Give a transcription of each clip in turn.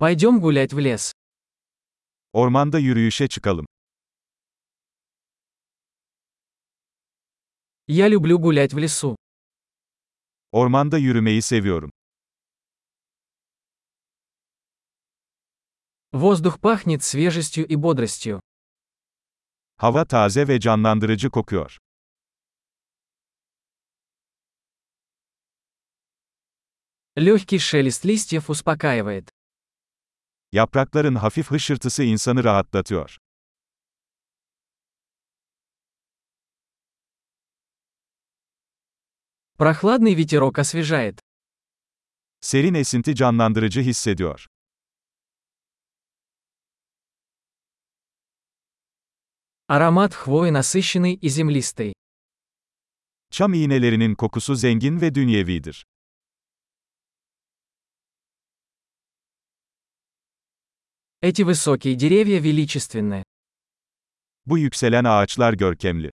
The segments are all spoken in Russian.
Пойдем гулять в лес. Ormanda yürüyüşe çıkalım. Я люблю гулять в лесу. Ormanda yürümeyi seviyorum. Воздух пахнет свежестью и бодростью. Hava taze ve canlandırıcı kokuyor. Легкий шелест листьев успокаивает. Yaprakların hafif hışırtısı insanı rahatlatıyor. Прохладный ветерок освежает. Serin esinti canlandırıcı hissediyor. Аромат хвои насыщенный и землистый. Çam iğnelerinin kokusu zengin ve dünyevidir. Эти высокие деревья величественны. Bu yükselen ağaçlar görkemli.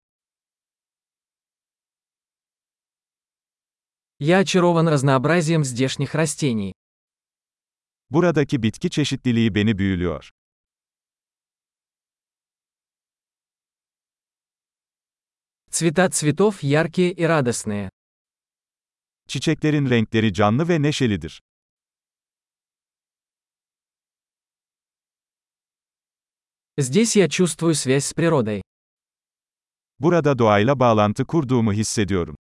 Я очарован разнообразием здешних растений. Buradaki bitki çeşitliliği beni büyülüyor. Цвета цветов яркие и радостные. Çiçeklerin renkleri canlı ve neşelidir. Здесь я чувствую связь с природой. Burada doğayla bağlantı kurduğumu hissediyorum.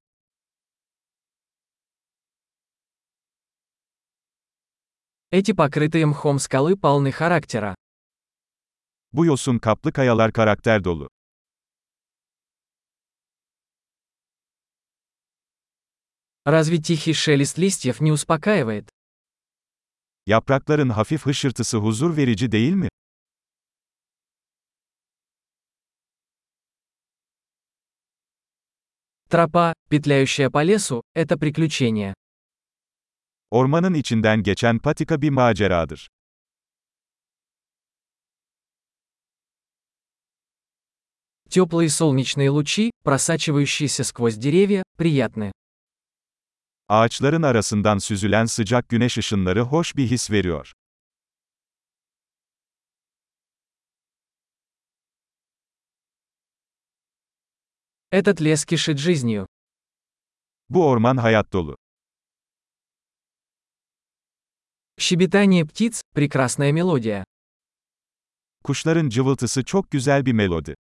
Эти покрытые мхом скалы полны характера. Bu yosun kaplı kayalar karakter dolu. Разве тихий шелест листьев не успокаивает? Yaprakların hafif hışırtısı huzur verici değil mi? Тропа, петляющая по лесу, это приключение. Ormanın içinden geçen patika bir maceradır. Теплые солнечные лучи, просачивающиеся сквозь деревья, приятны. Ağaçların arasından süzülen sıcak güneş ışınları hoş bir his veriyor. Этот лес кишит жизнью. Bu orman hayat dolu. Щебетание птиц – прекрасная мелодия. Kuşların cıvıltısı çok güzel bir melodi.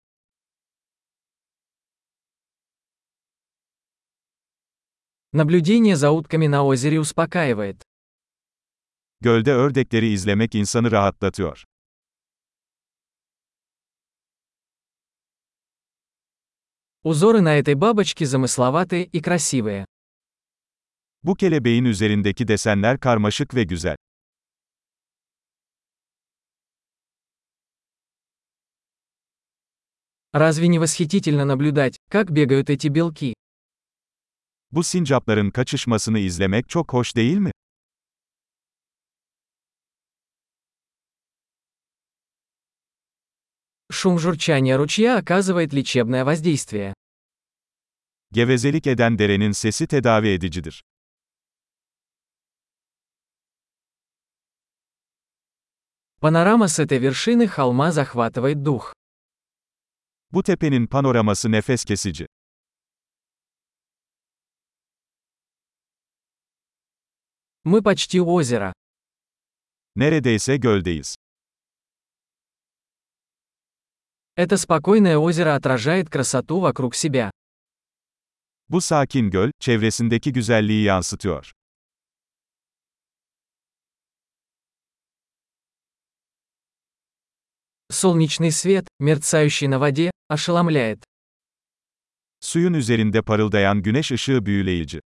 Наблюдение за утками на озере успокаивает. Gölde ördekleri izlemek insanı rahatlatıyor. Узоры на этой бабочке замысловатые и красивые. Bu kelebeğin üzerindeki desenler karmaşık ve güzel. Разве не восхитительно наблюдать, как бегают эти белки? Bu sincapların kaçışmasını izlemek çok hoş değil mi? Шум журчания ручья оказывает лечебное воздействие. Gevezelik eden derenin sesi tedavi edicidir. Панорама с этой вершины холма захватывает дух. Bu tepenin panoraması nefes kesici. Мы почти у озера. Neredeyse göldeyiz. Это спокойное озеро отражает красоту вокруг себя. Bu sakin göl, çevresindeki güzelliği yansıtıyor. Солнечный свет, мерцающий на воде, ошеломляет. Suyun üzerinde parıldayan güneş ışığı büyüleyici.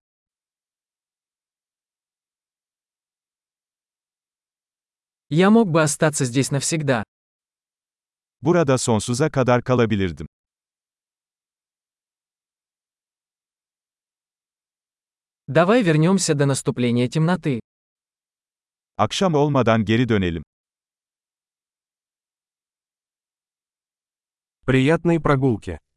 Я мог бы остаться здесь навсегда. Burada sonsuza kadar kalabilirdim. Давай вернемся до наступления темноты. Akşam olmadan geri dönelim. Приятной прогулки.